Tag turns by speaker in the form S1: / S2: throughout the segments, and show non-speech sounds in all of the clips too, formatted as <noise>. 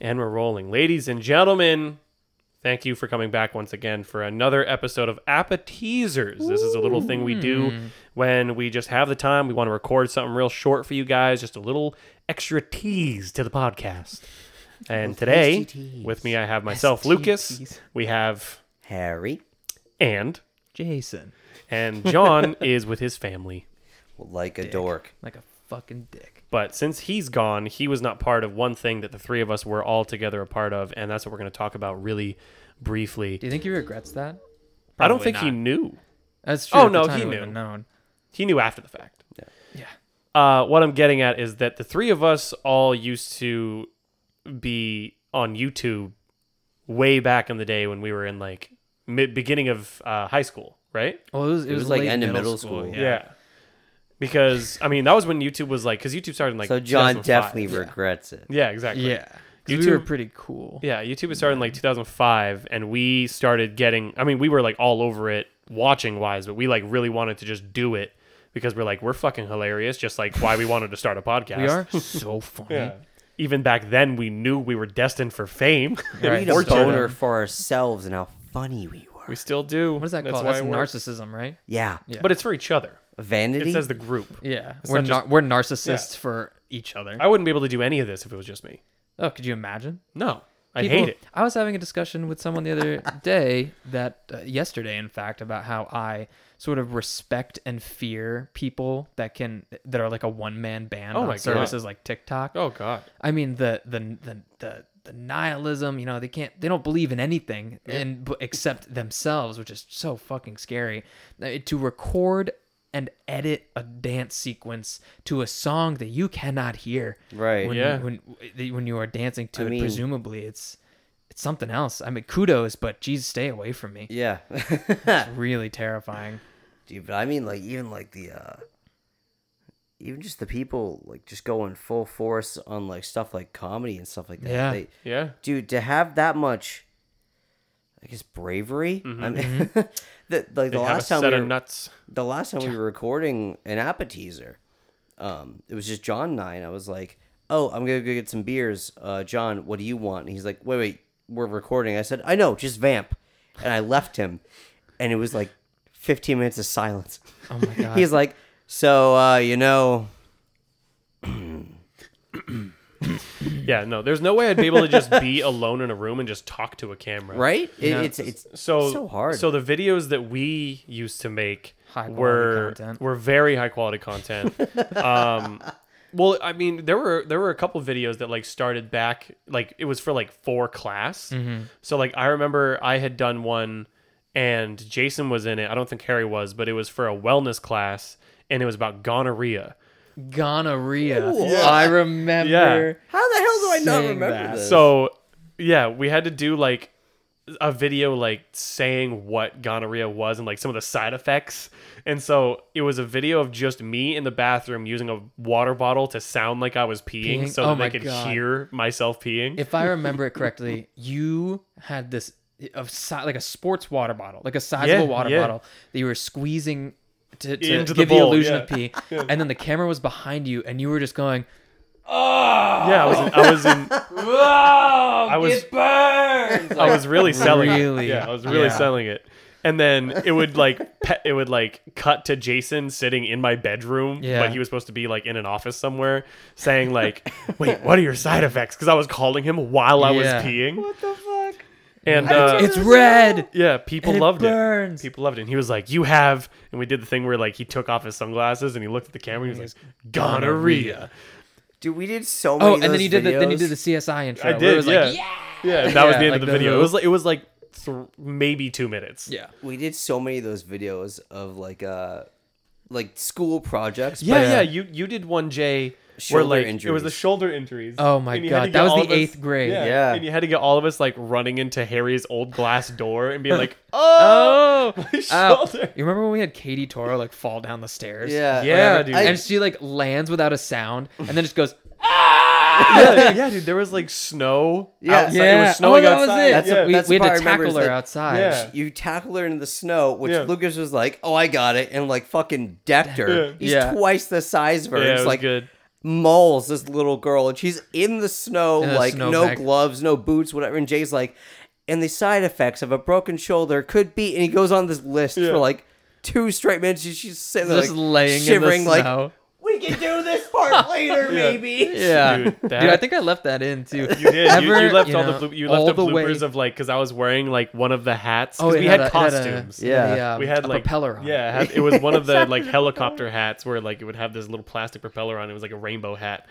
S1: And we're rolling. Ladies and gentlemen, thank you for coming back once again for another episode of Appetizers. This is a little thing we do when we just have the time. We want to record something real short for you guys, just a little extra tease to the podcast. And today,
S2: STTs.
S1: with me, I have myself, Lucas. We have
S2: Harry.
S1: and
S3: Jason,
S1: and John is with his family.
S2: Like a dork.
S3: like a fucking dick.
S1: But since he's gone, he was not part of one thing that the three of us were all together a part of, and that's what we're going to talk about really briefly.
S3: Do you think he regrets that?
S1: I don't think he
S3: Probably not.
S1: knew.
S3: That's true.
S1: Oh,
S3: at the
S1: no,
S3: time
S1: he
S3: would've
S1: knew.
S3: been Known.
S1: He knew after the fact.
S3: Yeah.
S1: Uh, what I'm getting at is that the three of us all used to be on YouTube way back in the day when we were in like mid beginning of uh, high school, right?
S3: Well, it was, it
S2: was
S3: was,
S2: like
S3: late
S2: end of
S3: middle,
S2: middle
S3: school.
S2: school.
S3: Yeah.
S1: Because I mean, that was when YouTube was like, because YouTube started in like.
S2: so John
S1: 2005.
S2: definitely regrets it.
S1: Yeah, exactly.
S3: Yeah. <laughs> 'Cause we were
S1: YouTube-
S3: pretty cool.
S1: Yeah, YouTube was started in like 2005, and we started getting. I mean, we were like all over it, watching wise, but we like really wanted to just do it because we're like we're fucking hilarious. Just like why we wanted to start a podcast.
S3: We are <laughs> so funny.
S1: Yeah. Even back then, we knew we were destined for fame.
S3: Right.
S2: We need a
S3: Fortune.
S2: boner for ourselves and how funny we were.
S1: we still do.
S3: What is that
S1: That's
S3: called?
S1: why
S3: That's
S1: it works.
S3: narcissism, right?
S2: Yeah.
S3: Yeah.
S1: But it's for each other.
S2: Vanity?
S1: It says the group.
S3: Yeah. we're
S1: not
S3: nar-
S1: just-
S3: we're narcissists for each other.
S1: I wouldn't be able to do any of this if it was just me.
S3: Oh, could you imagine?
S1: No, I
S3: People-
S1: hate it.
S3: I was having a discussion with someone the other <laughs> day that uh, yesterday, in fact, about how I sort of respect and fear people that can that are like a one man band
S1: Oh my
S3: on
S1: God.
S3: services like TikTok.
S1: Oh God.
S3: I mean the the the the the nihilism, you know, they can't they don't believe in anything and but except themselves, which is so fucking scary. Uh, To record and edit a dance sequence to a song that you cannot hear.
S2: Right.
S3: When,
S1: Yeah.
S3: when when you are dancing to
S2: I
S3: it,
S2: mean-
S3: presumably it's it's something else. I mean kudos, but geez, stay away from me.
S2: Yeah. <laughs>
S3: It's really terrifying.
S2: Dude, but I mean, like, even like the, uh, even just the people, like, just going full force on, like, stuff like comedy and stuff like that.
S3: Yeah.
S2: They,
S1: Yeah.
S2: dude, to have that much, I guess, bravery. I mean, <laughs> the, like,
S1: They
S2: the
S1: Mm-hmm. have a
S2: last time
S1: set
S2: we
S1: of
S2: were-
S1: nuts.
S2: the last time we were recording an appetizer, um, it was just John and I, and I was like, "Oh, I'm gonna go get some beers, uh, John. What do you want?" And he's like, "Wait, wait, we're recording." I said, "I know, just vamp," and I left him, and it was like 15 minutes of silence.
S3: Oh my god.
S2: He's like, "So, uh, you know,
S1: Yeah. No, there's no way I'd be able to just be alone in a room and just talk to a camera.
S2: right? It,
S3: Yeah.
S2: It's it's
S1: so
S2: so hard.
S1: So the videos that we used to make
S3: High quality
S1: were
S3: content.
S1: were very high quality content. um, well, I mean, there were there were a couple videos that like started back like it was for like for class. So like I remember I had done one and Jason was in it. I don't think Harry was, but it was for a wellness class and it was about gonorrhea.
S3: gonorrhea. I remember.
S2: how the hell do I not
S3: Saying
S2: remember
S3: that.
S2: this?
S1: So yeah, we had to do like a video like saying what gonorrhea was and like some of the side effects. And so it was a video of just me in the bathroom using a water bottle to sound like I was peeing,
S3: Peeing?
S1: so
S3: Oh
S1: that
S3: my
S1: they could
S3: God.
S1: hear myself peeing.
S3: if I remember it correctly, you had this of si- like a sports water bottle, like a sizable
S1: Yeah,
S3: water
S1: yeah.
S3: bottle that you were squeezing to, to
S1: Into the
S3: give
S1: bowl,
S3: the
S1: <laughs>
S3: illusion
S1: yeah.
S3: of pee, and then the camera was behind you, and you were just going,
S1: yeah, I was in, I was in I was I was
S3: <laughs>
S1: really selling
S3: Really?
S1: it. Yeah, I was really
S3: Yeah.
S1: selling it. And then it would like pe- it would like cut to Jason sitting in my bedroom,
S3: Yeah.
S1: but he was supposed to be like in an office somewhere, saying like, "Wait, what are your side effects?" Because I was calling him while I was
S3: Yeah.
S1: peeing. What the fuck? And uh,
S3: "It's red."
S1: yeah, people
S3: And it
S1: loved it.
S3: burns.
S1: People loved it. And he was like, "You have," and we did the thing where like he took off his sunglasses and he looked at the camera. and He was like, "Gonorrhea."
S2: dude, we did so many. of
S3: Oh, and then
S2: those
S3: you did the then you
S2: videos.
S3: did the CSI intro.
S1: I
S3: where
S1: did.
S3: It was
S1: yeah.
S3: like,
S1: yeah, And that was
S3: Yeah,
S1: the end of
S3: like
S1: the
S3: the
S1: video.
S3: little-
S1: It was like it was like th- maybe two minutes.
S3: yeah.
S2: we did so many of those videos of like uh like school projects.
S1: Yeah,
S2: but-
S1: yeah. You you did one Jay where
S2: Shoulder
S1: like it was
S2: injuries.
S1: the shoulder injuries.
S3: Oh my
S1: And you had
S3: God,
S1: to
S3: that
S1: get
S3: was
S1: all
S3: the
S1: of us-
S3: eighth grade.
S1: Yeah,
S2: Yeah.
S1: and you had to get all of us like running into Harry's old glass door <laughs> and being like, "Oh, my
S3: Ow.
S1: shoulder." <laughs>
S3: You remember when we had Katie Toro like fall down the stairs?
S2: Yeah,
S1: Yeah,
S2: whatever.
S1: dude.
S2: I-
S3: And she like lands without a sound, and then just goes.
S1: yeah, yeah, dude. There was like snow.
S2: Yeah.
S1: outside. it
S3: Yeah.
S1: was
S3: Oh,
S1: snowing
S3: that was
S1: outside.
S3: it. That's
S1: yeah.
S2: a-
S3: we,
S2: that's
S3: we
S2: the
S3: had
S2: part
S3: to
S2: I remember
S3: tackle
S2: is
S3: her
S2: that-
S3: outside.
S1: Yeah.
S2: you tackle her in the snow, which
S1: Yeah.
S2: Lucas was like, "Oh, I got it," and like fucking decked her.
S1: Yeah.
S2: He's
S3: Yeah.
S2: twice the size of her.
S1: Yeah, it
S2: it's
S1: was
S2: like
S1: good.
S2: mauls this little girl, and she's in the snow,
S3: In the
S2: like
S3: snow
S2: no
S3: pack.
S2: gloves, no boots, whatever. And Jay's like, and the side effects of a broken shoulder could be, and he goes on this list
S1: Yeah.
S2: for like two straight minutes. and She's sitting there,
S3: Just
S2: like,
S3: laying
S2: shivering,
S3: in the
S2: like
S3: snow.
S2: we can do this part later,
S1: <laughs> Yeah.
S2: maybe.
S3: yeah,
S1: Dude,
S3: dude, I
S1: that-
S3: think I left that in
S1: <laughs>
S3: too.
S1: You did. You- you,
S3: Ever,
S1: left
S3: you
S1: all
S3: know,
S1: the blo- you left
S3: all
S1: the
S3: the way- Oh,
S1: bloopers of like because I was wearing like one of the hats. 'cause
S3: it
S1: we had,
S3: a- it a-
S1: costumes.
S2: Yeah.
S3: um,
S1: we had
S3: a
S1: like
S3: propeller on. it.
S1: Yeah, it had- it was one of
S3: <laughs>
S1: the like helicopter hats where like it would have this little plastic propeller on. It It was like a rainbow hat.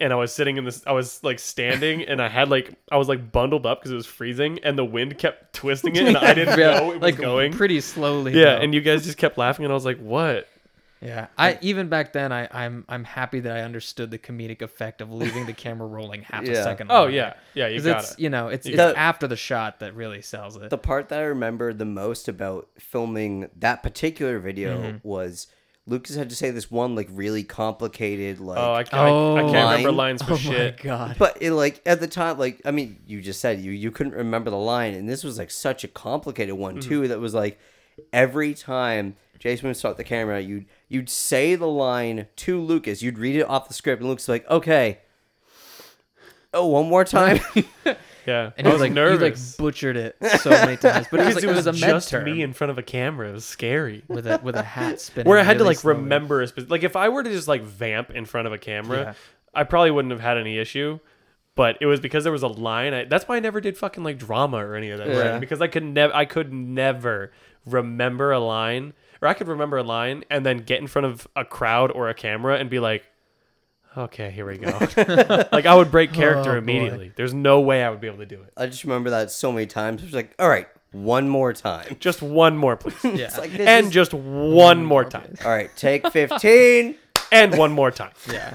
S1: And I was sitting in this. I was like standing, and I had like I was like bundled up because it was freezing, and the wind kept twisting it, and I didn't
S3: <laughs> Yeah,
S1: know it was
S3: like
S1: going.
S3: pretty slowly.
S1: yeah,
S3: though.
S1: and you guys just kept laughing, and I was like, "What?
S3: Yeah, I even back then I I'm I'm happy that I understood the comedic effect of leaving the camera rolling half
S2: Yeah.
S3: a second.
S1: Oh
S3: longer.
S1: yeah, yeah, you
S3: 'Cause
S1: got
S3: it's
S1: it.
S3: you know it's, it's
S2: got it.
S3: after the shot that really sells it.
S2: the part that I remember the most about filming that particular video
S1: Mm-hmm.
S2: was Lucas had to say this one like really complicated like
S1: Oh, I, I, I can't remember
S2: Line.
S1: lines for
S3: <laughs> oh
S1: shit.
S3: my god!
S2: but it like at the time like I mean you just said you you couldn't remember the line and this was like such a complicated one
S1: Mm-hmm.
S2: too that was like every time Jason would start the camera you'd you'd say the line to Lucas you'd read it off the script and Lucas like okay oh one
S1: <laughs>
S2: more time
S1: Yeah,
S3: And
S1: I
S3: he
S1: was
S3: like
S1: nervous.
S3: he like
S1: <laughs>
S3: butchered it so many times, but it was
S1: because
S3: like
S1: it was,
S3: a med
S1: just
S3: term
S1: me in front of a camera. It was scary.
S3: with a with a hat
S1: <laughs>
S3: spinning.
S1: Where I had to
S3: really
S1: like
S3: slowly.
S1: remember a spe- like if I were to just like vamp in front of a camera,
S3: Yeah.
S1: I probably wouldn't have had any issue. But it was because there was a line. I, that's why I never did fucking like drama or any of that.
S2: Yeah.
S1: shit, Because I could never, I could never remember a line, or I could remember a line and then get in front of a crowd or a camera and be like, "Okay, here <laughs> we go." like I would break character
S3: Oh, boy.
S1: immediately. There's no way I would be able to do it.
S2: I just remember that so many times it was like all right one more time
S1: Just one more, <laughs> please,
S3: Yeah.
S2: It's like, this
S1: and
S2: is-
S1: just one more time,
S2: All right, take
S3: <laughs>
S2: 15.
S1: and one more <laughs> time.
S3: Yeah.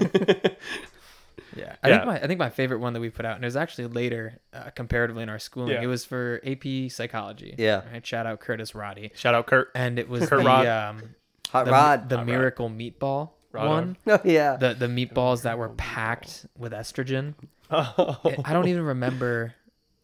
S3: yeah. I
S1: Yeah.
S3: think my I think my favorite one that we put out, and it was actually later, uh, comparatively in our schooling.
S1: Yeah.
S3: It was for AP Psychology.
S2: Yeah.
S3: Right? Shout out Curtis Roddy,
S1: Shout out <laughs> Kurt.
S3: and it was
S1: Kurt
S3: the
S1: Rod.
S3: um
S2: Hot
S3: the,
S2: rod.
S3: the miracle meatball
S1: Rod
S3: one.
S1: on.
S2: <laughs> oh, yeah.
S3: The the meatballs that were packed with estrogen.
S1: Oh.
S3: I don't even remember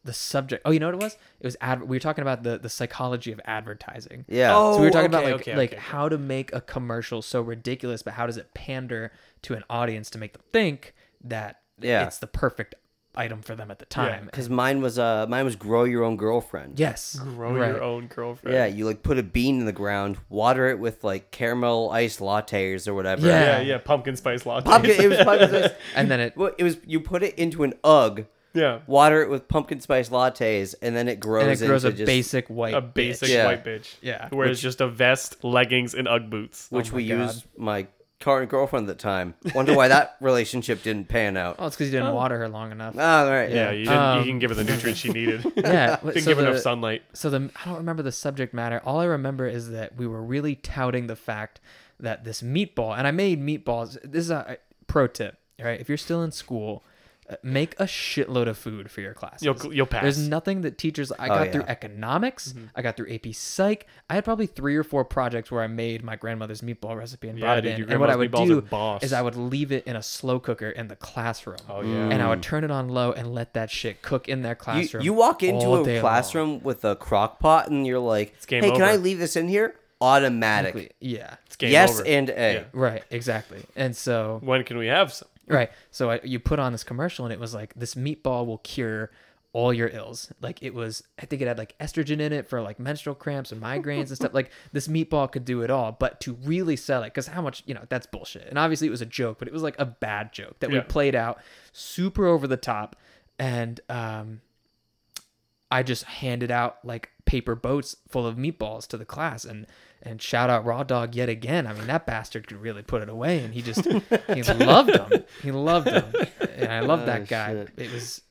S3: the subject. Oh, you know what it was? It was ad. We were talking about the the psychology of advertising.
S2: yeah.
S1: Oh.
S3: So we were talking about
S1: okay,
S3: like
S1: okay,
S3: like
S1: okay, okay.
S3: how to make a commercial so ridiculous, but how does it pander to an audience to make them think that
S2: Yeah.
S3: it's the perfect item for them at the time?
S2: Because mine was uh mine was grow your own girlfriend.
S3: Yes,
S1: Grow
S3: right.
S1: your own girlfriend.
S2: Yeah, you like put a bean in the ground, water it with like caramel iced lattes or whatever.
S3: Yeah.
S1: Yeah, yeah, pumpkin spice latte.
S2: Pumpkin it was pumpkin spice. <laughs>
S3: And then it
S2: Well, it was you put it into an UGG,
S1: <laughs> yeah,
S2: water it with pumpkin spice lattes, and then it grows
S3: and it grows a
S2: into just,
S3: basic white
S1: a basic
S3: bitch.
S2: Yeah.
S1: white bitch.
S3: Yeah.
S1: where it's just a vest, leggings, and UGG boots.
S2: which
S3: Oh my
S2: we
S3: God.
S2: used my current girlfriend at the time. Wonder why that <laughs> relationship didn't pan out.
S3: Oh, it's because you didn't water her
S1: <laughs>
S3: long enough.
S2: Ah, all right.
S1: yeah, you didn't. you
S3: Um,
S1: can give her the nutrients she
S2: <laughs>
S1: needed. <laughs>
S3: yeah,
S1: didn't
S3: so
S1: give enough
S3: the-
S1: sunlight.
S3: so the I don't remember the subject matter. All I remember is that we were really touting the fact that this meatball, and I made meatballs. This is a pro tip, all right? If you're still in school, uh, make a shitload of food for your class.
S1: You'll you'll pass. Mm-hmm.
S3: There's nothing that teachers. I got through
S2: Oh, yeah.
S3: economics. I got through AP Psych. I had probably three or four projects where I made my grandmother's meatball recipe and
S1: Yeah,
S3: brought it
S1: dude,
S3: in.
S1: your
S3: And what I would
S1: grandma's meatballs are
S3: do
S1: boss.
S3: is I would leave it in a slow cooker in the classroom.
S1: Oh, yeah.
S3: And I would turn it on low and let that shit cook in their
S2: Mm. You,
S3: classroom.
S2: you walk into
S3: all
S2: a
S3: day long.
S2: classroom with a crock pot and you're like,
S1: game
S2: hey, can I
S1: over."
S2: leave this in here? Automatic.
S3: Yeah.
S1: It's game
S2: yes
S1: over.
S2: and A.
S1: Yeah.
S3: Right, exactly. And so,
S1: When can we have some?
S3: right. So I, you put on this commercial and it was like, this meatball will cure all your ills. Like it was, I think it had like estrogen in it for like menstrual cramps and migraines and stuff. Like this meatball could do it all. But to really sell it, because how much, you know, that's bullshit. And obviously it was a joke, but it was like a bad joke that
S1: Yeah.
S3: we played out super over the top. And, um, I just handed out like paper boats full of meatballs to the class and and shout out Raw Dog yet again. I mean that bastard could really put it away and he
S1: <laughs>
S3: just he loved them. He loved them. And I love
S1: Oh,
S3: that guy.
S1: <laughs>
S3: It was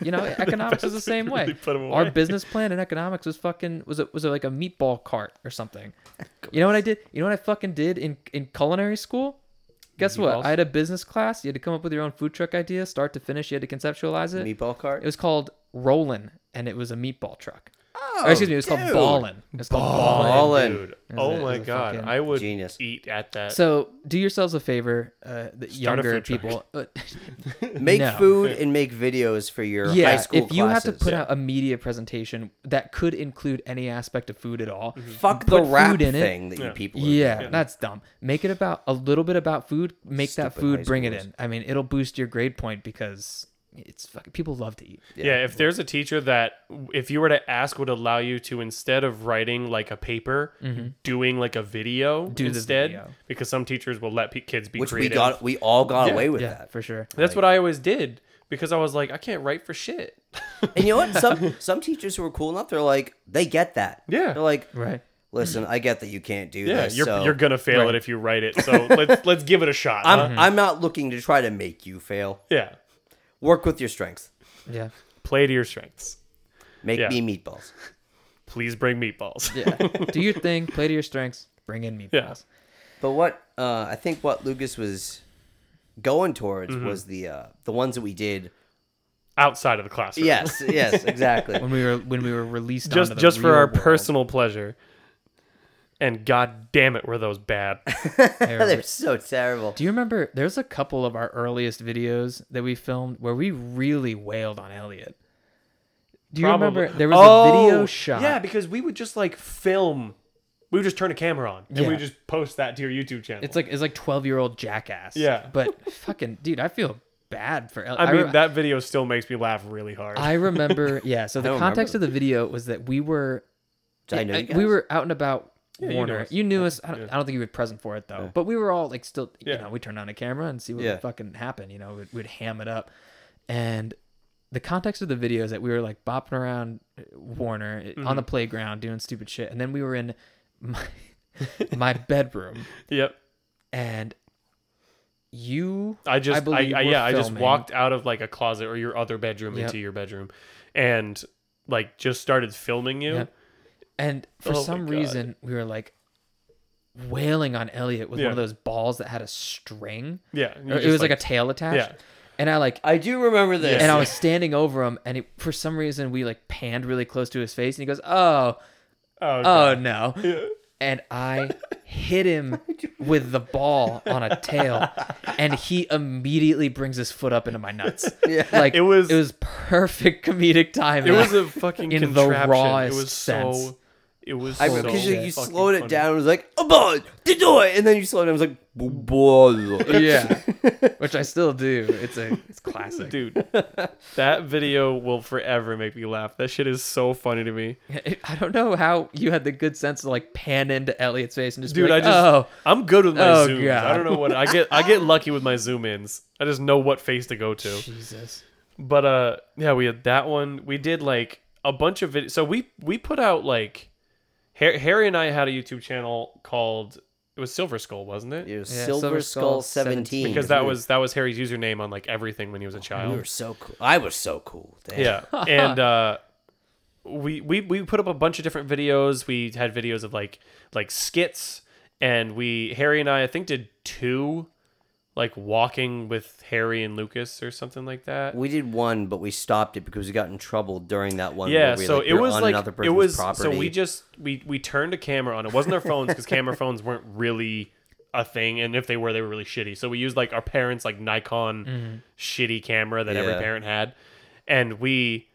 S3: you know, economics is the same way.
S1: really put 'em
S3: Our
S1: away.
S3: business plan in economics was fucking was it was it like a meatball cart or something. You know what I did? You know what I fucking did in in culinary school? Guess
S1: Meatballs?
S3: what? I had a business class. You had to come up with your own food truck idea, start to finish. You had to conceptualize it.
S2: Meatball cart?
S3: It was called Rollin', and it was a meatball truck. Or excuse me, it was called
S2: dude.
S3: Ballin. It's called
S2: Ballin'.
S3: Ballin.
S1: Dude, oh
S3: a-
S1: my
S3: it's a
S1: god,
S3: fucking
S1: I would
S2: genius.
S1: eat at that.
S3: So do yourselves a favor, uh, the
S1: Start a
S3: younger
S1: food truck.
S3: people. Uh,
S2: Make
S3: No.
S2: food and make videos for your high
S3: yeah,
S2: school
S3: if you
S2: classes.
S3: have to put out a media presentation that could include any aspect of food at all,
S2: fuck
S3: put
S2: the rap
S3: food in it.
S2: thing that you
S1: Yeah.
S2: people. Are
S3: Yeah, that's dumb. Make it about a little bit about food. Make
S2: Stupid
S3: that
S2: high
S3: food, bring it
S2: schoolers.
S3: in. I mean, it'll boost your grade point because it's fucking people love to eat.
S1: yeah. if there's a teacher that if you were to ask would allow you to instead of writing like a paper, doing like a video
S3: Mm-hmm. Do the
S1: instead,
S3: video.
S1: because some teachers will let pe- kids be
S2: Which we
S1: creative.
S2: got, we all got away with
S3: yeah,
S2: that.
S3: for sure.
S1: That's what I always did because I was like, I can't write for shit.
S2: And you know what? Some <laughs> some teachers who are cool enough, they're like, they get that.
S1: Yeah.
S2: They're like,
S3: Right.
S2: listen, I get that you can't do
S1: Yeah, <laughs>
S2: this.
S1: you're
S2: so
S1: you're gonna fail
S3: Right.
S1: it if you write it.
S3: <laughs>
S1: So let's let's give it a shot.
S2: I'm
S1: huh?
S2: I'm not looking to try to make you fail.
S1: Yeah,
S2: Work with your strengths.
S3: Yeah.
S1: play to your strengths.
S2: Make
S1: Yeah.
S2: me meatballs.
S1: Please bring meatballs.
S3: Yeah. Do your thing. Play to your strengths. Bring in meatballs.
S1: Yeah.
S2: But what uh, I think what Lucas was going towards
S1: Mm-hmm.
S2: was the uh, the ones that we did.
S1: <laughs> Outside of the classroom.
S2: <laughs> Yes, yes, exactly.
S3: When we were when we were released, onto
S1: just
S3: the
S1: just for
S3: real
S1: our
S3: world.
S1: personal pleasure. And god damn it, were those bad.
S2: They're so terrible.
S3: Do you remember? There's a couple of our earliest videos that we filmed where we really wailed on Elliot. Do you
S1: Probably.
S3: remember there was a video
S1: Oh,
S3: shot?
S1: Yeah, because we would just like film. We would just turn a camera on and
S3: Yeah.
S1: we would just post that to your YouTube channel.
S3: It's like it's like twelve year old jackass.
S1: Yeah.
S3: But fucking dude, I feel bad for. El-
S1: I mean,
S3: re-
S1: that video still makes me laugh really hard.
S3: I remember. Yeah.
S1: <laughs>
S3: So the
S2: don't
S3: context of the video was that we were
S2: Did I know
S3: I-
S2: you
S3: we
S2: guys?
S3: were out and about.
S1: you knew
S3: Warner,
S1: us.
S3: you knew us. I don't, I don't think you were present for it though, but we were all like still. You
S1: Yeah.
S3: know, we turned on a camera and see what
S2: Yeah.
S3: would fucking happen. You know, we'd, we'd ham it up, and the context of the video is that we were like bopping around uh, Warner eh, on the
S1: Mm-hmm.
S3: playground doing stupid shit, and then we were in my <laughs> my bedroom,
S1: yep.
S3: and you.
S1: I just, I,
S3: believe,
S1: I,
S3: were
S1: yeah, I just
S3: filming.
S1: walked out of like a closet or your other bedroom
S3: Yep.
S1: into your bedroom, and like just started filming you.
S3: Yep. And for
S1: Oh my
S3: some
S1: God.
S3: reason, we were like wailing on Elliot with one
S1: Yeah.
S3: of those balls that had a string.
S1: Yeah, you
S3: Or it
S1: just,
S3: was like, a tail attached.
S1: Yeah.
S3: And I like,
S2: I do remember this.
S3: and I was standing over him, and it, for some reason, we like panned really close to his face, and he goes, "Oh,
S1: oh,
S3: oh
S1: God. <laughs>
S3: no!"
S1: Yeah.
S3: And I hit <laughs> him with the ball on a <laughs> tail, and he immediately brings his foot up into my
S1: <laughs>
S3: nuts.
S2: <laughs> Yeah.
S3: Like
S1: It was-
S3: it was perfect comedic timing.
S1: it was a fucking
S3: In the
S1: contraption.
S3: rawest
S1: it was
S3: sense.
S1: so, it was.
S2: I
S1: so
S2: remember 'cause you, you
S1: fucking
S2: slowed it
S1: funny.
S2: down. and was like, "Oh boy, did do it," and then you slowed it. down. I was like, "Boy."
S3: <laughs> <laughs> yeah, which I still do. It's a it's classic.
S1: dude. that video will forever make me laugh. That shit is so funny to me,
S3: <laughs> I don't know how you had the good sense to like pan into Elliot's face and just
S1: dude.
S3: Be
S1: I
S3: like,
S1: just,
S3: oh,
S1: I'm good with my
S3: Oh,
S1: zooms. I
S3: God.
S1: don't know what I get. I get lucky with my zoom ins. I just know what face to go to. <laughs>
S3: Jesus.
S1: But uh, yeah, we had that one. We did like a bunch of videos. So we we put out like Har- Harry and I had a YouTube channel called it was Silver Skull, wasn't it?
S2: It was
S3: Yeah,
S2: Silver,
S3: Silver
S2: Skull
S3: Skull
S2: seventeen
S3: 17.
S1: Because that was that was Harry's username on like everything when he was a child.
S2: You were so cool. I was so cool. <laughs> Damn.
S1: Yeah, and uh, we we we put up a bunch of different videos. We had videos of like like skits, and we Harry and I I think did two, like walking with Harry and Lucas or something like that.
S2: We did one, but we stopped it because we got in trouble during that one.
S1: yeah,
S2: where we,
S1: so
S2: like,
S1: it
S2: were
S1: was
S2: on
S1: like
S2: another
S1: it
S2: person's
S1: was
S2: property.
S1: so we just we we turned a camera on. It wasn't our phones because
S2: <laughs>
S1: camera phones weren't really a thing, and if they were, they were really shitty. So we used like our parents' like Nikon shitty camera that every
S2: Mm-hmm. Yeah.
S1: parent had, and we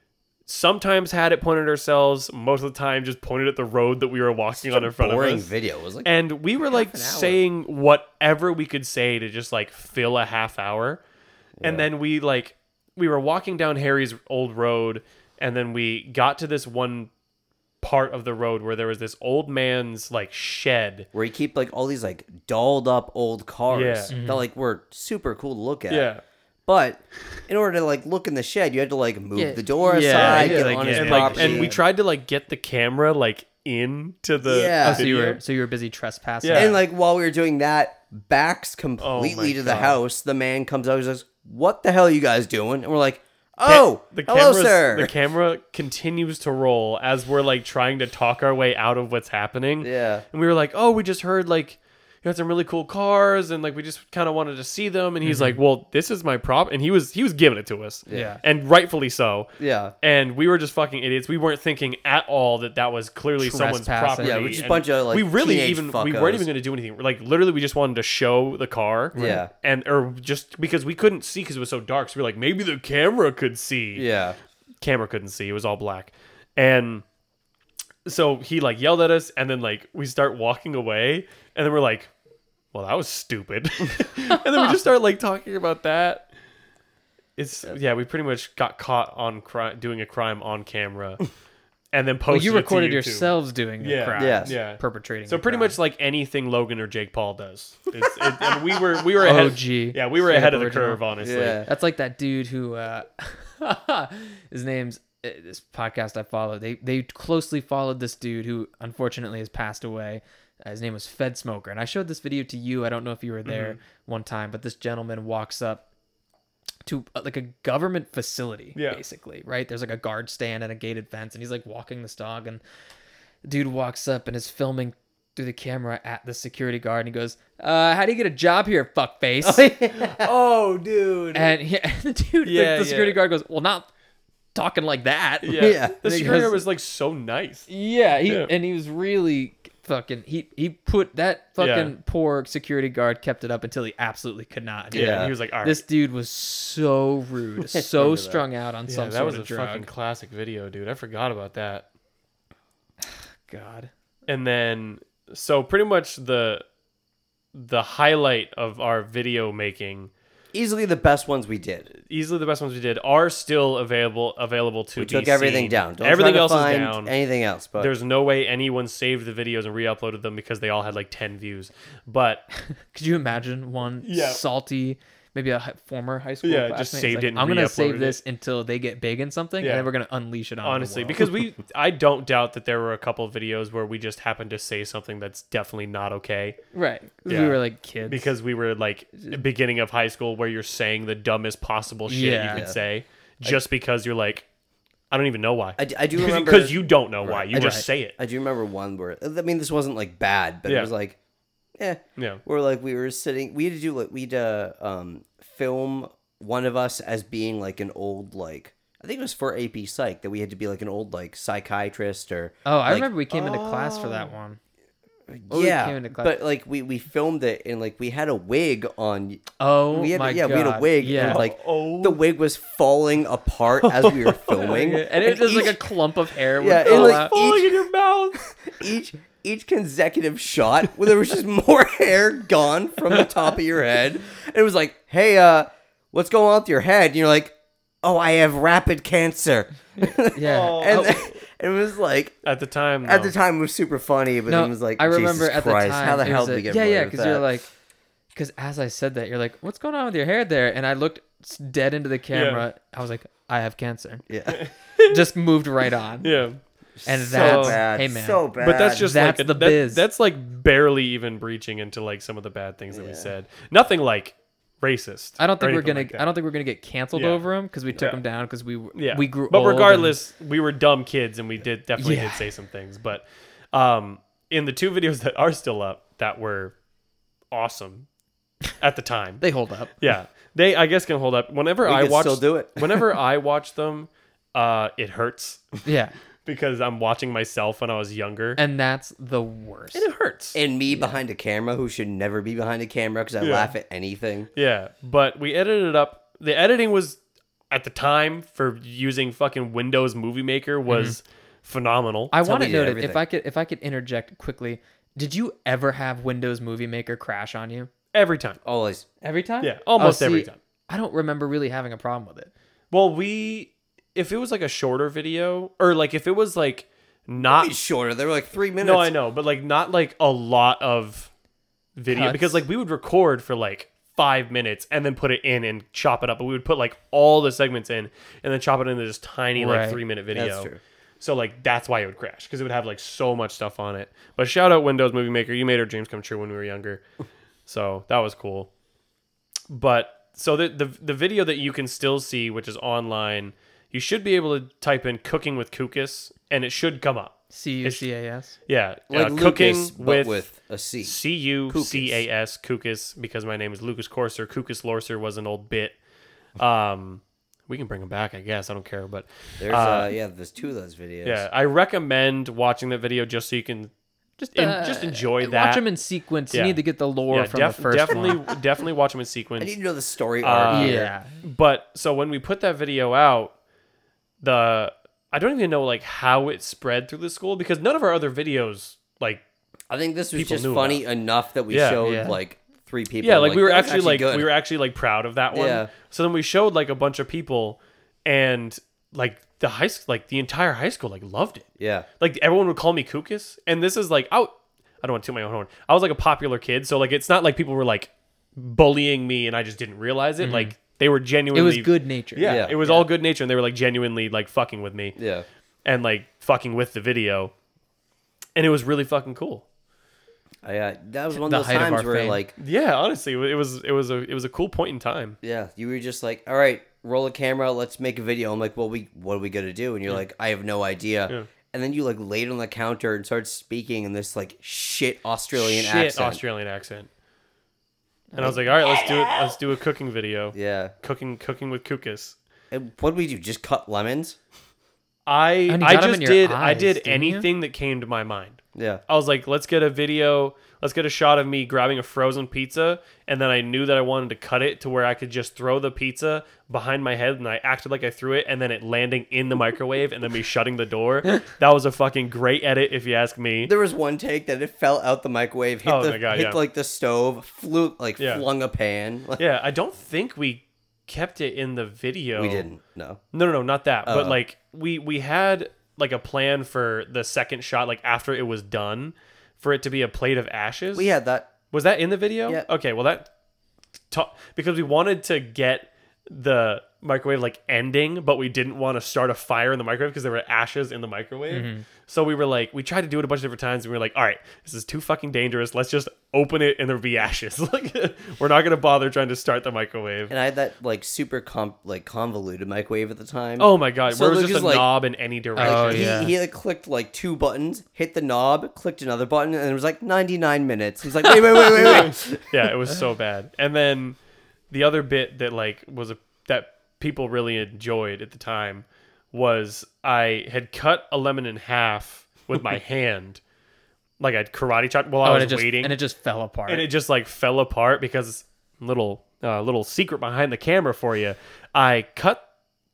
S1: sometimes had it pointed at ourselves. Most of the time, just pointed at the road that we were walking on in front
S2: boring
S1: of us.
S2: video. It was like
S1: And we were like
S2: an hour.
S1: saying whatever we could say to just like fill a half hour. And then we like we were walking down Harry's old road and then we got to this one part of the road where there was this old man's like shed.
S2: where you keep like all these like dolled up old cars
S1: Yeah.
S2: that like were super cool to look at.
S1: Yeah.
S2: But in order to like look in the shed, you had to like move
S3: Yeah.
S2: the door
S3: Yeah,
S2: aside,
S3: yeah,
S2: get
S1: like,
S2: on his
S1: and, like,
S2: property.
S1: and we tried to like get the camera like into the
S2: Yeah.
S3: Oh, so you
S1: video.
S3: were so you were busy trespassing.
S1: Yeah.
S2: And, like while we were doing that, backs completely
S1: Oh my
S2: to the
S1: God.
S2: house. The man comes out and says, "What the hell are you guys doing?" And we're like, "Oh, hello,
S1: camera's-
S2: sir."
S1: The camera continues to roll as we're like trying to talk our way out of what's happening.
S2: Yeah.
S1: And we were like, oh, we just heard like he had some really cool cars and like we just kind of wanted to see them and he's like well this is my prop and he was he was giving it to us
S3: Yeah.
S1: and rightfully so
S2: Yeah.
S1: and we were just fucking idiots we weren't thinking at all that that was clearly someone's
S3: Trespassing.
S1: property
S3: Yeah,
S2: we're just a
S1: and
S2: bunch of, like,
S1: we really
S2: teenage
S1: even we
S2: fuckos.
S1: weren't even gonna do anything like literally we just wanted to show the car
S2: Yeah.
S1: and or just because we couldn't see because it was so dark so we were like maybe the camera could see
S2: Yeah.
S1: camera couldn't see it was all black and so he like yelled at us and then like we start walking away and then we're like well that was stupid <laughs> and then we just start like talking about that it's yeah we pretty much got caught on cri- doing a crime on
S3: <laughs>
S1: camera and then posted
S3: Well, you
S1: it to
S3: recorded
S1: YouTube.
S3: yourselves doing the
S1: yeah
S3: crime,
S2: Yes.
S1: yeah
S3: perpetrating.
S1: so
S3: the
S1: pretty
S3: crime.
S1: much like anything Logan or Jake Paul does it's, it, and we were we were ahead
S3: OG.
S1: yeah we were
S3: Straight
S1: ahead
S3: up
S1: of the
S3: original.
S1: curve honestly
S2: Yeah.
S3: That's like that dude who uh <laughs> his name's uh, this podcast I follow. They they closely followed this dude who unfortunately has passed away. Uh, His name was Fed Smoker, and I showed this video to you. I don't know if you were there one time, but this gentleman walks up to uh, like a government facility,
S1: Yeah.
S3: basically, right? There's like a guard stand and a gated fence, and he's like walking this dog, and dude walks up and is filming through the camera at the security guard, and he goes, uh, "How do you get a job here, fuckface?" <laughs>
S1: <laughs> oh dude
S3: And, he, <laughs> and the dude, the-
S1: Yeah,
S3: the, security
S1: yeah.
S3: guard goes, "Well, not talking like that."
S1: yeah,
S2: <laughs> Yeah.
S1: the
S3: Because-
S1: security was like so nice
S3: <laughs> yeah, he,
S1: Yeah.
S3: and he was really fucking. He he put that fucking
S1: Yeah.
S3: poor security guard kept it up until he absolutely could not.
S1: Yeah.
S2: Yeah.
S1: He was like, all right.
S3: This dude was so
S1: <laughs>
S3: rude, so strung out on
S1: yeah,
S3: some
S1: that
S3: sort
S1: was a
S3: of drug.
S1: fucking classic video, dude. I forgot about that.
S3: God,
S1: And then so pretty much the the highlight of our video making,
S2: Easily the best ones we did.
S1: easily the best ones we did, are still available available to
S2: We
S1: be
S2: took everything
S1: seen.
S2: down. Don't
S1: everything
S2: try to
S1: else
S2: find
S1: is down.
S2: Anything else? But
S1: There's no way anyone saved the videos and re-uploaded them because they all had like ten views.
S2: <laughs>
S1: But
S3: could you imagine one
S1: Yeah.
S3: salty? Maybe a hi- former high school.
S1: Yeah,
S3: classmate
S1: just
S3: is
S1: saved
S3: like,
S1: it and
S3: I'm gonna
S1: re-uploaded
S3: save
S1: it."
S3: this until they get big in something,
S1: Yeah.
S3: and then we're gonna unleash it on.
S1: honestly, because we I don't doubt that there were a couple of videos where we just happened to say something that's definitely not okay.
S3: <laughs> right, 'Cause
S1: Yeah.
S3: we were like kids.
S1: because we were like beginning of high school where you're saying the dumbest possible shit
S3: Yeah.
S1: you
S3: Yeah.
S1: can say just because you're like I don't even know why. <laughs>
S2: I, d- I do remember
S1: because you don't know why. You
S2: Right.
S1: just
S3: Right.
S1: say it.
S2: I do remember one where I mean this wasn't like bad, but
S1: Yeah.
S2: it was like, eh.
S1: Yeah.
S2: Where like we were sitting, we had to do like we'd uh, um film one of us as being like an old like I think it was for AP Psych that we had to be like an old like psychiatrist or
S3: Oh, I
S2: like,
S3: remember we came into class for that one. Oh, we
S2: yeah,
S3: came into class-
S2: but like we we filmed it and like we had a wig on.
S3: Oh
S2: We had
S3: my
S2: yeah
S3: god!
S2: we had a wig
S3: Yeah,
S2: and like
S1: Oh.
S2: the wig was falling apart as
S3: <laughs>
S2: we were filming
S3: and it was like a
S2: each-
S3: clump of hair.
S2: Yeah,
S3: Yeah,
S2: it,
S3: would
S2: like,
S3: like, out.
S1: Falling in your mouth.
S2: each each consecutive shot where there was just <laughs> more hair gone from the top of your head. And it was like, hey, uh, what's going on with your head? And you're like, oh, I have rapid cancer.
S3: <laughs> yeah.
S1: Oh.
S2: And then- it was like
S1: At the time
S2: at
S1: though,
S2: the time it was super funny, but
S3: No,
S2: it was like,
S3: I remember
S2: Jesus
S3: at
S2: Christ,
S3: the time.
S2: how the
S3: it
S2: hell
S3: was
S2: did
S3: a-
S2: we get
S3: Yeah,
S2: away
S3: yeah,
S2: with
S3: because you're
S2: that?
S3: like, because as I said that, you're like, what's going on with your hair there? And I looked s- dead into the camera. I was like, I have cancer. <laughs>
S2: yeah,
S3: Just moved right on.
S1: <laughs> yeah.
S3: And
S2: so
S3: that's
S2: bad,
S3: hey man.
S2: so bad.
S1: But that's just
S3: That's
S1: like
S3: the
S1: that-
S3: biz.
S1: that's like barely even breaching into like some of the bad things that we said. Nothing like racist.
S3: I don't
S1: or
S3: think we're
S1: anything
S3: gonna.
S1: like that.
S3: I don't think we're gonna get canceled
S1: Yeah.
S3: over him because we took
S1: Yeah.
S3: him down because we were-
S1: yeah
S3: we grew.
S1: but
S3: old and-
S1: regardless we were dumb kids and we did definitely
S3: Yeah.
S1: did say some things but um in the two videos that are still up that were awesome at the time
S3: <laughs> they hold up.
S1: yeah they i guess can hold up whenever
S2: We
S1: i
S2: could
S1: watch
S2: still do it.
S1: <laughs> whenever i watch them uh it hurts <laughs>
S3: Yeah,
S1: because i'm watching myself when i was younger and
S3: and that's the worst.
S1: it hurts
S2: and me behind a camera who should never be behind a camera because I
S1: Yeah.
S2: laugh at anything.
S1: yeah but we edited it up the editing was at the time for using fucking windows movie maker was phenomenal
S3: I
S2: That's how
S3: want
S2: we
S3: to
S2: did
S3: note it. if
S2: everything.
S3: I could if I could interject quickly. Did you ever have Windows Movie Maker crash on you
S1: every time
S2: Always,
S3: every time?
S1: Yeah, almost
S3: Oh,
S1: every time.
S3: I don't remember really having a problem with it.
S1: Well, we if it was like a shorter video or like if it was like
S2: It's
S1: not
S2: shorter. They were like three minutes.
S1: No, I know, but like not like a lot of video
S3: Cuts.
S1: because like we would record for like 5 minutes and then put it in and chop it up, but we would put like all the segments in and then chop it into this tiny
S3: Right.
S1: like 3 minute video.
S2: That's true.
S1: So like that's why it would crash because it would have like so much stuff on it. But shout out Windows Movie Maker, you made our dreams come true when we were
S2: <laughs>
S1: younger. so that was cool. But so the, the the video that you can still see, which is online, you should be able to type in "cooking with Kukus" and it should come up.
S3: C U C A S.
S1: Yeah,
S2: Like
S1: uh, cooking
S2: Lucas, but
S1: with,
S2: with a C.
S1: C U C A S Kukas because my name is Lucas Corser. Kukas Lorser was an old bit. Um, we can bring him back, I guess. I don't care, but
S2: There's uh, yeah, there's two of those videos.
S1: yeah, I recommend watching that video just so you can just
S3: uh,
S1: just enjoy that.
S3: Watch them in sequence.
S1: Yeah.
S3: You need to get the lore
S1: yeah,
S3: from
S1: def-
S3: the first
S1: definitely
S3: one. <laughs>
S1: definitely watch them in sequence.
S2: I need to know the story arc.
S1: Uh,
S2: here.
S3: yeah.
S1: But so when we put that video out, the I don't even know like how it spread through the school because none of our other videos like
S2: I think this was
S1: People
S2: just
S1: knew
S2: funny enough that we
S1: Yeah.
S2: showed
S3: Yeah.
S2: like three people.
S1: yeah like, we were
S2: "That's
S1: actually, like
S2: good."
S1: we were actually like proud of that one.
S2: Yeah.
S1: So then we showed like a bunch of people and like the high school like the entire high school like loved it.
S2: yeah.
S1: Like everyone would call me Kukas and this is like out I don't want to toot my own horn. I was like a popular kid, so like it's not like people were like bullying me and I just didn't realize it. Like they were genuinely
S3: It was good nature.
S1: Yeah,
S2: Yeah.
S1: it was all good nature, and they were like genuinely like fucking with me
S2: Yeah.
S1: and like fucking with the video, and it was really fucking cool.
S2: I, uh, that was one
S3: The
S2: of those
S3: height of
S2: times
S3: our
S2: where
S3: fame.
S2: like
S1: Yeah, honestly, it was it was a it was a cool point in time.
S2: yeah, you were just like, all right, roll a camera, let's make a video. I'm like, well, we what are we gonna do? And you're like, I have no idea.
S1: Yeah.
S2: And then you like laid on the counter and started speaking in this like shit Australian
S1: Shit,
S2: accent.
S1: Australian accent. And I was like, all right, let's do it. Let's do a cooking video.
S2: yeah.
S1: Cooking, cooking with Kukas.
S2: And what do we do? Just cut lemons?
S1: I
S3: And you
S1: I
S3: got 'em
S1: just
S3: in your
S1: did I
S3: eyes,
S1: did
S3: didn't you?
S1: anything that came to my mind.
S2: Yeah.
S1: I was like, let's get a video, let's get a shot of me grabbing a frozen pizza. And then I knew that I wanted to cut it to where I could just throw the pizza behind my head and I acted like I threw it and then it landing in the microwave and then me shutting the
S2: <laughs>
S1: door. That was a fucking great edit, if you ask me.
S2: There was one take that it fell out the microwave, hit
S1: Oh
S2: the
S1: my God,
S2: hit
S1: yeah.
S2: like the stove, flew like
S1: Yeah.
S2: flung a pan. Like,
S1: Yeah, I don't think we kept it in the video.
S2: We didn't. Oh. No.
S1: No, no, no, not that. But like we we had like a plan for the second shot, like after it was done, for it to be a plate of ashes.
S2: We had that.
S1: Was that in the video?
S2: Yeah.
S1: Okay, well that t- because we wanted to get the microwave like ending, but we didn't want to start a fire in the microwave because there were ashes in the microwave.
S2: Mm-hmm.
S1: So we were like, we tried to do it a bunch of different times, and we were like, all right, this is too fucking dangerous. Let's just open it and there'll be ashes. <laughs> like we're not gonna bother trying to start the microwave.
S2: And I had that like super comp like convoluted microwave at the time.
S1: Oh my god,
S2: So
S1: where it was
S2: Lucas,
S1: just a
S2: like-
S1: knob in any direction.
S3: Oh,
S2: he,
S3: yeah.
S2: he like clicked like two buttons, hit the knob, clicked another button, and it was like 99 minutes. He's like, wait, wait, wait, wait, wait.
S1: <laughs> yeah, it was so bad. And then the other bit that like was a that people really enjoyed at the time was I had cut a lemon in half with
S3: <laughs>
S1: my hand, like I'd karate chop while
S3: Oh,
S1: I
S3: and
S1: was
S3: it just
S1: waiting,
S3: and it just fell apart.
S1: just like fell apart because little uh, little secret behind the camera for you, I cut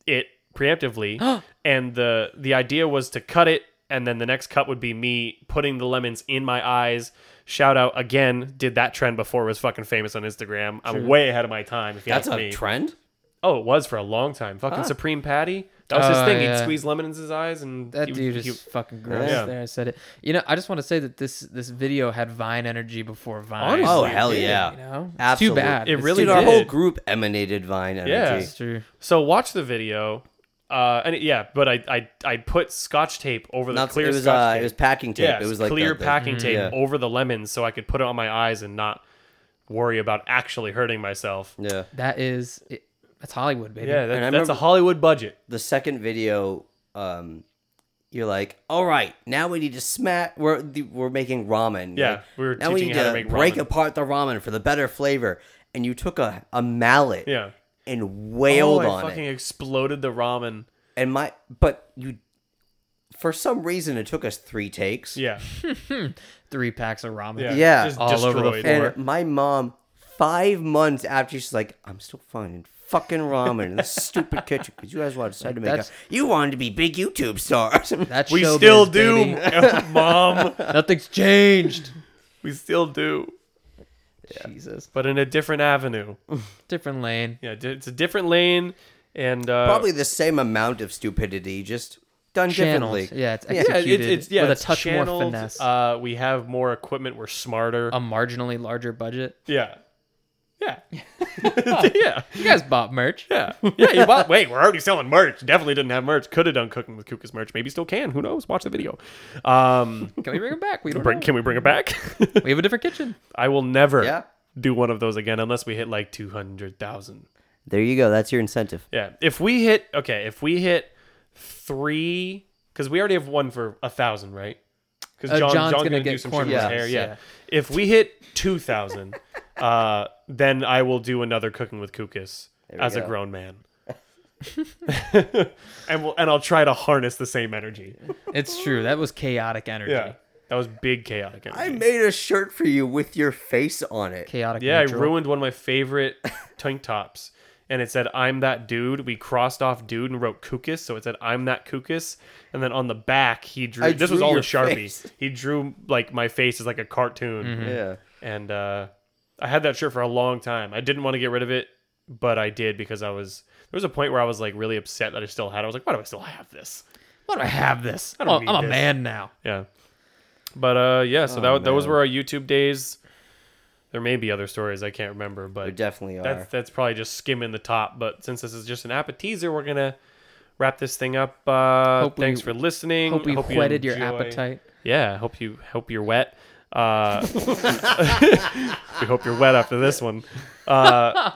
S1: it
S2: <gasps>
S1: preemptively, and the the idea was to cut it, and then the next cut would be me putting the lemons in my eyes. Shout out again, did that trend before it was fucking famous on Instagram. I'm way ahead of my time. If you
S2: That's
S1: ask
S2: a
S1: me.
S2: trend.
S1: Oh, it was for a long time. Fucking Supreme Patty. That was his
S3: Oh,
S1: thing. He'd
S3: yeah.
S1: squeeze lemons in his eyes, and
S3: That
S1: he would-
S3: dude
S1: he-
S3: is fucking gross.
S1: Yeah.
S3: There, I said it. You know, I just want to say that this this video had Vine energy before Vine.
S1: Honestly,
S2: Oh,
S1: it
S2: hell
S1: did,
S2: yeah.
S3: you know, it's too
S2: Absolutely.
S3: bad.
S1: It
S3: It's
S1: really
S2: Dude,
S3: too
S2: our
S1: did.
S2: whole group emanated Vine energy.
S1: Yeah.
S3: It's true.
S1: So watch the video. Uh, and it- yeah, but I I I put scotch tape over the
S2: Not,
S1: clear
S2: it was
S1: scotch
S2: uh,
S1: tape.
S2: it was packing tape.
S1: Yeah,
S2: it was like
S1: clear
S2: the- the-
S1: packing tape
S2: Yeah.
S1: over the lemons so I could put it on my eyes and not worry about actually hurting myself. Yeah,
S2: Yeah.
S3: That is it, that's Hollywood, baby.
S1: that-
S2: And I
S1: that's
S2: remember-
S1: a Hollywood budget.
S2: the second video, um, you're like, all right, now we need to smack. We're the, we're making ramen.
S1: Yeah,
S2: Like,
S1: we were
S2: now we
S1: teaching
S2: need
S1: how to
S2: to
S1: make
S2: break
S1: ramen."
S2: apart the ramen for the better flavor. And you took a, a mallet
S1: Yeah.
S2: and wailed
S1: oh, I
S2: on
S1: fucking
S2: it.
S1: exploded the ramen.
S2: And my, but you, for some reason, it took us three takes.
S1: Yeah.
S3: Three packs of ramen.
S1: Yeah.
S2: Yeah.
S1: Just
S3: All over the
S1: destroyed.
S3: floor.
S2: And my mom, five months after, she's like, I'm still finding fucking ramen in this stupid kitchen because you guys wanted to decide to make a,
S3: That's-
S2: you wanted to be big YouTube stars. <laughs>
S3: That's
S1: We still do, <laughs>
S3: baby.
S1: mom.
S3: <laughs> Nothing's
S1: <laughs>
S3: changed.
S1: We still do,
S3: Jesus.
S1: but in a different avenue.
S3: Different lane.
S1: Yeah, di- it's a different lane and uh
S2: Probably the same amount of stupidity, just done
S3: Channeled.
S2: differently.
S3: Yeah, it's
S1: yeah,
S3: executed
S1: it- it's yeah,
S3: with
S1: it's
S3: a touch more
S1: channeled.
S3: finesse. Um,
S1: Uh, we have more equipment. We're smarter.
S3: a marginally larger budget.
S1: yeah,
S3: <laughs>
S1: yeah, <laughs> yeah.
S3: You guys bought merch.
S1: Yeah. Yeah, you bought wait, we're already selling merch. Definitely didn't have merch. Could have done cooking with Kuka's merch. Maybe still can. Who knows? Watch the video.
S3: <laughs>
S1: Um
S3: Can we bring them back? We don't
S1: bring,
S3: know.
S1: can we bring it back? <laughs>
S3: We have a different kitchen.
S1: I will never
S2: Yeah.
S1: do one of those again unless we hit like two hundred thousand.
S2: There you go. That's your incentive.
S1: Yeah. If we hit okay, if we hit three because we already have one for a thousand, right? Because
S3: Uh,
S1: John,
S3: John's
S1: John's,
S3: gonna
S1: gonna, do
S3: get
S1: some shit with his
S2: cornrows,
S1: hair. Yeah.
S3: yeah.
S1: If we hit two thousand, <laughs> uh, then I will do another cooking with Kukus
S2: There we
S1: as a
S2: go.
S1: grown man. <laughs> and we'll, and I'll try to harness the same energy.
S3: It's true. That was chaotic energy.
S1: Yeah, that was big chaotic energy.
S2: I made a shirt for you with your face on it.
S3: Chaotic.
S1: Yeah,
S3: neutral.
S1: I ruined one of my favorite
S2: <laughs>
S1: tank tops. And it said, I'm that dude. We crossed off dude and wrote Kukus. So it said, I'm that Kukus. And then on the back, he drew,
S2: I
S1: this was
S2: drew
S1: all
S2: your
S1: in Sharpie. <laughs>
S2: face. Mm-hmm.
S1: He drew like my face as like a cartoon.
S2: Yeah.
S1: And uh, I had that shirt for a long time. I didn't want to get rid of it, but I did because I was, there was a point where I was like really upset that I still had it. I was like, why do I still have this?
S3: Why do I have this?
S1: I don't
S3: Oh,
S1: need
S3: I'm a
S1: this.
S3: man now.
S1: Yeah. But uh, yeah, so that, those
S2: Oh, man.
S1: were our YouTube days. There may be other stories. I can't remember, but
S2: There definitely are.
S1: that's that's probably just skimming the top. But since this is just an appetizer, we're gonna wrap this thing up. Uh,
S3: Hope we-
S1: thanks for listening.
S3: Hope we
S1: Hope you
S3: whetted your
S1: enjoy-
S3: appetite.
S1: Yeah, I hope you hope you're wet.
S3: <laughs>
S1: Uh, <laughs> we hope you're wet after this one. Uh,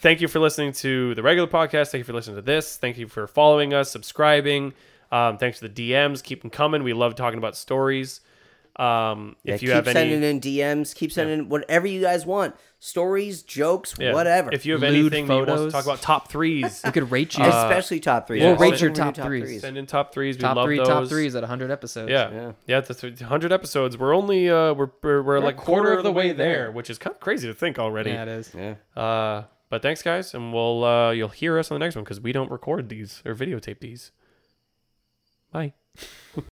S1: thank you for listening to the regular podcast. Thank you for listening to this. Thank you for following us, subscribing. Um, thanks for the DMs. Keep them coming. We love talking about stories. Um,
S2: Yeah,
S1: if you
S2: keep
S1: have any,
S2: sending in DMs, keep sending in whatever you guys want. Stories, jokes,
S1: yeah,
S2: whatever.
S1: If you have
S3: Lewd
S1: anything that you want
S3: photos.
S1: to talk about, top threes.
S3: <laughs> We could rate you.
S2: Especially top three.
S1: yeah,
S2: We'll
S1: Or rate
S2: send
S1: your
S2: them
S3: top threes.
S1: Send in top threes. Uh, We
S3: top
S1: love
S3: three,
S1: those.
S3: top threes at 100 episodes.
S1: Yeah, yeah.
S2: Yeah.
S1: that's the 100 episodes. We're only uh, we're we're, we're like quarter, of the way, there, which is kind of crazy to think already.
S3: Yeah, it is.
S2: Yeah.
S1: uh, but thanks, guys, and we'll uh, you'll hear us on the next one because we don't record these or videotape these. Bye.